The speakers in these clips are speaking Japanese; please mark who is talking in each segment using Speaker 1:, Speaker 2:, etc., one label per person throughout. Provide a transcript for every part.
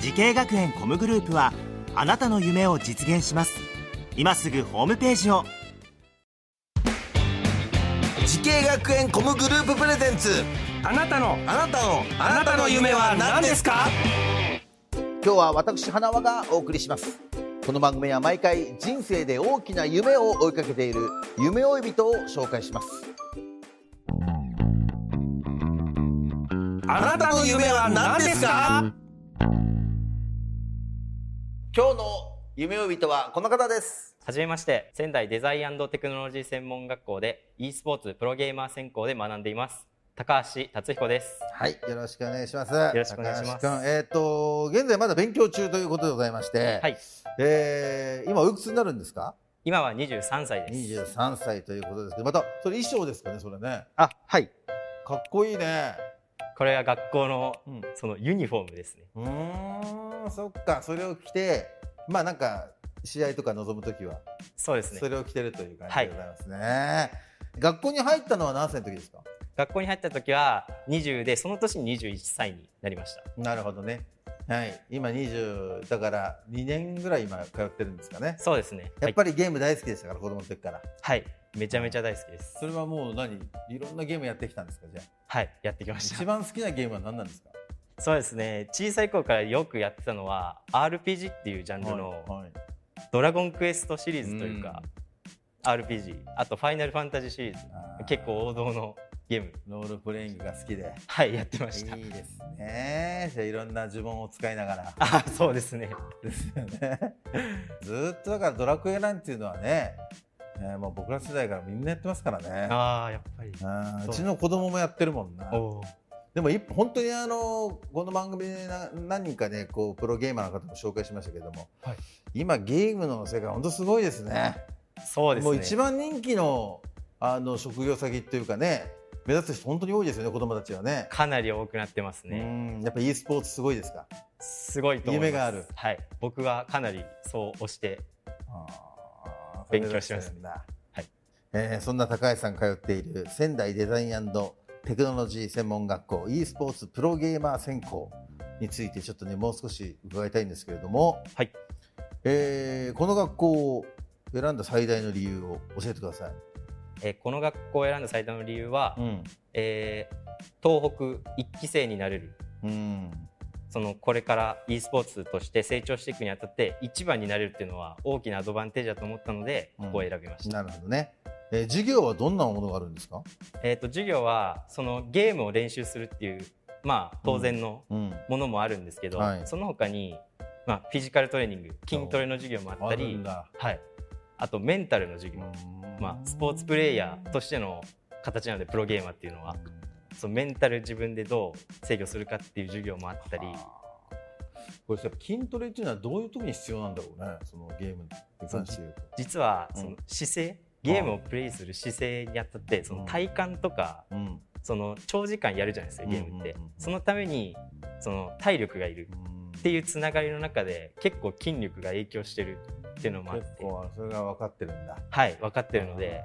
Speaker 1: 時系学園コムグループはあなたの夢を実現します今すぐホームページを
Speaker 2: 時系学園コムグループプレゼンツ
Speaker 3: あなたの
Speaker 2: あなたの
Speaker 3: あなたの夢は何ですか
Speaker 2: 今日は私花輪がお送りしますこの番組は毎回人生で大きな夢を追いかけている夢追い人を紹介します
Speaker 3: あなたの夢は何ですか
Speaker 2: 今日の夢追い人はこの方です
Speaker 4: はじめまして、仙台デザインテクノロジー専門学校で e スポーツプロゲーマー専攻で学んでいます。高橋達彦です。
Speaker 2: はいよろしくお願いします
Speaker 4: よろしくお願いします
Speaker 2: 高橋君えっ、と現在まだ勉強中ということでございまして、
Speaker 4: はい、
Speaker 2: えー今おいくつになるんですか
Speaker 4: 今は23歳です。
Speaker 2: 23歳ということですけどまたそれ衣装ですかねそれね
Speaker 4: あ、はい。
Speaker 2: かっこいいね
Speaker 4: これは学校の
Speaker 2: うん
Speaker 4: そのユニフォームですね。
Speaker 2: うーんそっかそれを着てまあなんか試合とか望む時は
Speaker 4: そうです
Speaker 2: そ
Speaker 4: ね。
Speaker 2: れを着てるという感じでございますね、学校に入ったのは何歳の時ですか
Speaker 4: 学校に入った時は20で、その年に21歳になりました。
Speaker 2: なるほどねはい今20だから2年ぐらい今通ってるんですかね
Speaker 4: そうですね。
Speaker 2: やっぱりゲーム大好きでしたから子供の時から
Speaker 4: はい、はい。めちゃめちゃ大好きです。
Speaker 2: それはもう何いろんなゲームやってきたんですかじゃあ
Speaker 4: はい、やってきまし
Speaker 2: 一
Speaker 4: た。
Speaker 2: 番好きなゲームは何なんですか
Speaker 4: そうですね。小さい頃からよくやってたのは RPG っていうジャンルの
Speaker 2: はいはい
Speaker 4: ドラゴンクエストシリーズというか、RPG あとファイナルファンタジーシリーズ
Speaker 2: あー
Speaker 4: 結構王道のゲーム
Speaker 2: ロールプレイングが好きで
Speaker 4: はいやってました
Speaker 2: いいですねじゃあいろんな呪文を使いながら
Speaker 4: あそうですね
Speaker 2: ですよね。 ずーっとだからドラクエなんていうのはね、えーもう僕ら世代からみんなやってますからね。
Speaker 4: ああやっぱり
Speaker 2: うんう
Speaker 4: そう
Speaker 2: ちの子供もやってるもんな
Speaker 4: お。おー
Speaker 2: でも一本当にあのこの番組でな何人かねこうプロゲーマーの方も紹介しましたけども、
Speaker 4: はい
Speaker 2: 今ゲームの世界本当すごいですね。
Speaker 4: そうですね
Speaker 2: もう一番人気のあの職業先っていうかね目指す人本当に多いですよね子供たちはね。
Speaker 4: かなり多くなってます
Speaker 2: う
Speaker 4: ね
Speaker 2: んやっぱ e スポーツすごいですか。
Speaker 4: すごいと思います
Speaker 2: 夢がある
Speaker 4: はい僕はかなりそう推して
Speaker 2: あー
Speaker 4: 勉強してます
Speaker 2: それだ
Speaker 4: は
Speaker 2: けな
Speaker 4: い
Speaker 2: んだえーそんな高橋さん通っている仙台デザインテクノロジー専門学校 e スポーツプロゲーマー専攻についてちょっとねもう少し伺いたいんですけれども、
Speaker 4: はい
Speaker 2: えーこの学校を選んだ最大の理由を教えてください。
Speaker 4: えーこの学校を選んだ最大の理由は、
Speaker 2: ん
Speaker 4: えー東北一期生になれる
Speaker 2: うん
Speaker 4: そのこれから e スポーツとして成長していくにあたって一番になれるっていうのは大きなアドバンテージだと思ったので
Speaker 2: うん
Speaker 4: ここを選びました、
Speaker 2: なるほどね、えー授業はどんなものがあるんですか、
Speaker 4: えー、と授業はそのゲームを練習するっていう、まあ、当然の
Speaker 2: うん、
Speaker 4: ものもあるんですけど、
Speaker 2: はい
Speaker 4: その他に、まあ、フィジカルトレーニング筋トレの授業もあったり
Speaker 2: だ、
Speaker 4: はい、あとメンタルの授業、まあ、スポーツプレーヤーとしての形なのでプロゲーマーっていうのはそのメンタル自分でどう制御するかっていう授業もあったり
Speaker 2: これさ筋トレっていうのはどういう時に必要なんだろうねそのゲームに関して言うと
Speaker 4: 実は
Speaker 2: うん
Speaker 4: その姿勢、ゲームをプレイする姿勢にあたってその体幹とか
Speaker 2: うんうん
Speaker 4: その長時間やるじゃないですかゲームって、
Speaker 2: うんうんうんうん
Speaker 4: そのためにその体力がいるっていうつながりの中で結構筋力が影響してるっていうのもあって
Speaker 2: 結構それが分かってるんだ
Speaker 4: はい分かってるので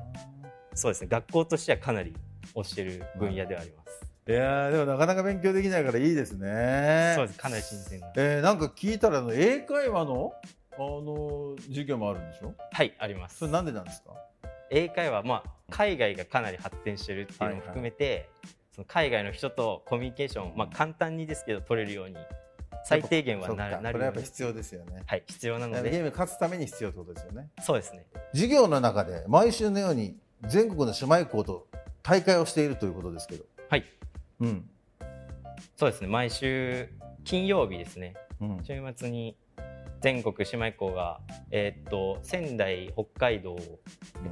Speaker 4: そうですね学校としてはかなり推してる分野ではあります、
Speaker 2: いやーでもなかなか勉強できないからいいですね
Speaker 4: そうですかなり新鮮な
Speaker 2: えーなんか聞いたらあの英会話のあの授業もあるんでしょ
Speaker 4: はいあります
Speaker 2: それなんでなんですか
Speaker 4: 英会話まあ海外がかなり発展してるっていうのも含めて、その海外の人とコミュニケーション、まあ、簡単にですけど取れるように最低限はな
Speaker 2: そっか
Speaker 4: な
Speaker 2: これ
Speaker 4: るよ
Speaker 2: や
Speaker 4: う
Speaker 2: っぱ
Speaker 4: に
Speaker 2: 必要ですよね
Speaker 4: はい必要なの
Speaker 2: ゲー
Speaker 4: で
Speaker 2: ムに勝つために必要ってことですよね
Speaker 4: そうですね
Speaker 2: 授業の中で毎週のように全国の姉妹校と大会をしているということですけど
Speaker 4: はい
Speaker 2: うん
Speaker 4: そうですね毎週金曜日ですね
Speaker 2: うん
Speaker 4: 週末に全国姉妹校が、えーっと仙台北海道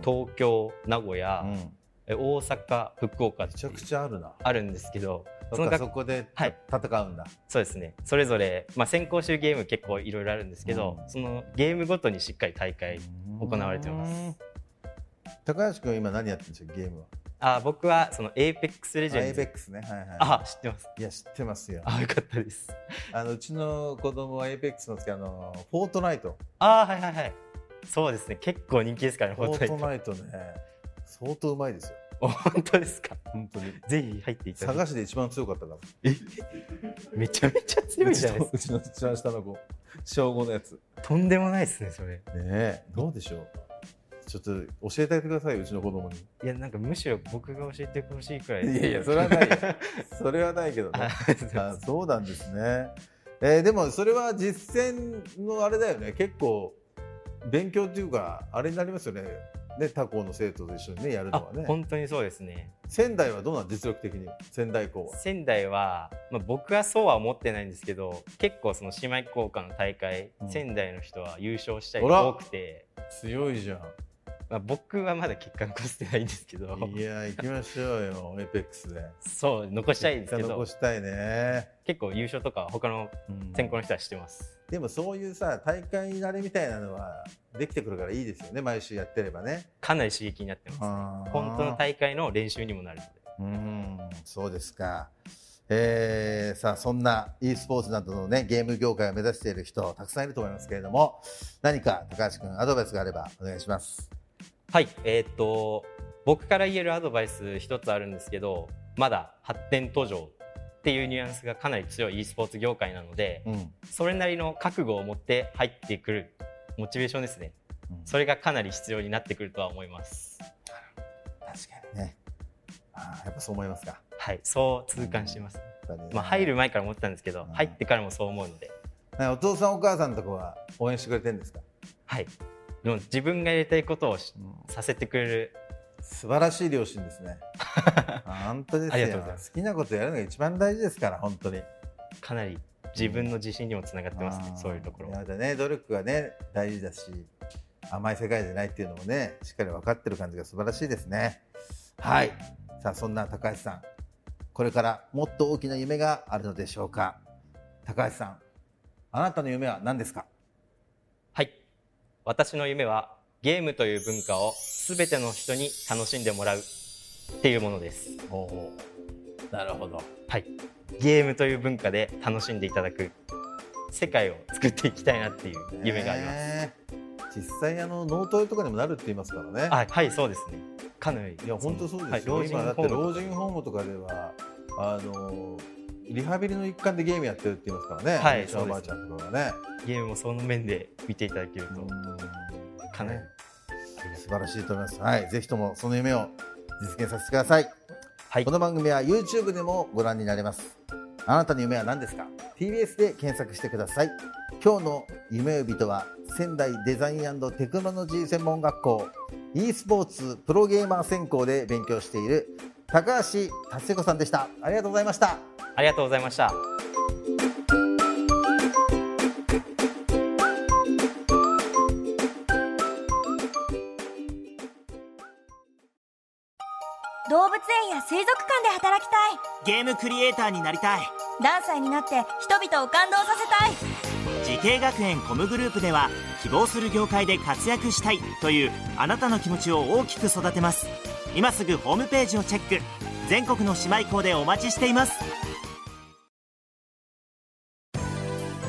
Speaker 4: 東京名古屋、
Speaker 2: うん
Speaker 4: え大阪福岡っ
Speaker 2: め
Speaker 4: て
Speaker 2: ちゃくちゃあるな
Speaker 4: あるんですけどそ
Speaker 2: そ
Speaker 4: の
Speaker 2: っか
Speaker 4: 学
Speaker 2: そこで
Speaker 4: はい
Speaker 2: 戦うんだ、
Speaker 4: そうですねそれぞれ、まあ、先行週ゲーム結構いろいろあるんですけど、そのゲームごとにしっかり大会行われてます
Speaker 2: うん高橋君今何やってるんですよゲームは
Speaker 4: あ僕はその APEX レジ
Speaker 2: エイ
Speaker 4: ェン
Speaker 2: ベッ
Speaker 4: ド
Speaker 2: クスねはいはい
Speaker 4: あ知ってます
Speaker 2: いや知ってますよ
Speaker 4: あよかったです
Speaker 2: あのうちの子供はエイベックスなんですけどあのフォートナイト
Speaker 4: あはいはいはいそうですね結構人気ですからね
Speaker 2: フォ
Speaker 4: 本当
Speaker 2: ー
Speaker 4: に
Speaker 2: トナイトね相当うまいですよ
Speaker 4: 本当ですか
Speaker 2: 本当に
Speaker 4: ぜひ入っていただいて
Speaker 2: 探しで一番強かったから
Speaker 4: めちゃめちゃ強いじゃないですか
Speaker 2: うちのうちの 一番下の子小5のやつね
Speaker 4: とんでもないですねそれ
Speaker 2: えどうでしょうちょっと教えてあげてくださいうちの子供に
Speaker 4: いやなんかむしろ僕が教えてほしいくらい
Speaker 2: いやいやそれはないよ それはないけどね
Speaker 4: あありがとうござい
Speaker 2: あ
Speaker 4: ます
Speaker 2: そうなんですね、えーでもそれは実践のあれだよね結構勉強っていうかあれになりますよねね他校の生徒と一緒にねやるの
Speaker 4: あ
Speaker 2: はね
Speaker 4: 本当にそうですね
Speaker 2: 仙台はどうなん実力的に仙台校は
Speaker 4: 仙台は、まあ、僕はそうは思ってないんですけど結構その姉妹校歌の大会、
Speaker 2: うん
Speaker 4: 仙台の人は優勝したり
Speaker 2: ほら
Speaker 4: 多くて、
Speaker 2: 強いじゃん
Speaker 4: まあ、僕はまだ結果残してないんですけど
Speaker 2: いや行きましょう よエイペックスで
Speaker 4: そう残したいんですけ
Speaker 2: 結果残
Speaker 4: ど
Speaker 2: したいね、
Speaker 4: 結構優勝とか他の
Speaker 2: うん
Speaker 4: 選考の人はしてます、
Speaker 2: でもそういうさ大会慣れみたいなのはできてくるからいいですよね毎週やってればね
Speaker 4: かなり刺激になってますね、本当の大会の練習にもなるので
Speaker 2: うん、そうですか。えーさあそんな e スポーツなどの、ね、ゲーム業界を目指している人たくさんいると思いますけれども何か高橋君アドバイスがあればお願いします。
Speaker 4: はいえーっと僕から言えるアドバイス一つあるんですけどまだ発展途上っていうニュアンスがかなり強い e スポーツ業界なので、
Speaker 2: うん
Speaker 4: それなりの覚悟を持って入ってくるモチベーションですねそれがかなり必要になってくるとは思います
Speaker 2: 確かにねあーやっぱそう思いますか。
Speaker 4: はいそう痛感してます、
Speaker 2: やっぱりね
Speaker 4: まあ、入る前から思ってたんですけど、
Speaker 2: うん
Speaker 4: 入ってからもそう思うので
Speaker 2: ねお父さんお母さんのとこは応援してくれてるんですか、
Speaker 4: はいでも自分がやりたいことをしさせてくれる
Speaker 2: 素晴らしい両親です ね。本当ですよ
Speaker 4: ありがとうございます
Speaker 2: 好きなことやるのが一番大事ですから本当に。
Speaker 4: かなり自分の自信にもつながってますね、
Speaker 2: あー
Speaker 4: そういうところ
Speaker 2: やだね努力がね大事だし甘い世界じゃないっていうのもねしっかり分かってる感じが素晴らしいですねはいさあそんな高橋さんこれからもっと大きな夢があるのでしょうか高橋さんあなたの夢は何ですか
Speaker 4: はい私の夢はゲームという文化を全ての人に楽しんでもらうっていうものです
Speaker 2: なるほど
Speaker 4: はい、ゲームという文化で楽しんでいただく世界を作っていきたいなっていう夢があります、
Speaker 2: す実際あの脳トレとかにもなるって言いますからね
Speaker 4: あはいそうですねかなり
Speaker 2: いや本当そうですよ、
Speaker 4: はい老人
Speaker 2: 今だって
Speaker 4: ホームとか
Speaker 2: 老人ホームとかではあのリハビリの一環でゲームやってるって言いますからね、
Speaker 4: はい
Speaker 2: おじいちゃんおばあ
Speaker 4: そうで
Speaker 2: ちゃ
Speaker 4: す
Speaker 2: んとかがね
Speaker 4: ゲームもその面で見ていただけるとかなり
Speaker 2: 素晴らしいと思います、はい、ぜひともその夢を実現させてください
Speaker 4: はい
Speaker 2: この番組は YouTube でもご覧になれますあなたの夢は何ですか TBS で検索してください今日の夢呼びとは仙台デザインテクノロジー専門学校 e スポーツプロゲーマー専攻で勉強している高橋達彦さんでしたありがとうございました
Speaker 4: ありがとうございました
Speaker 5: 動物園や水族館で働きたい
Speaker 1: ゲームクリエイターになりたい
Speaker 5: 何歳になって人々を感動させたい
Speaker 1: 時系学園コムグループでは希望する業界で活躍したいというあなたの気持ちを大きく育てます今すぐホームページをチェック全国の姉妹校でお待ちしています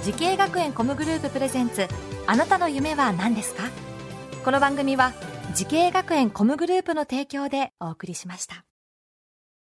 Speaker 6: 時系学園コムグループプレゼンツあなたの夢は何ですかこの番組は時系学園コムグループの提供でお送りしました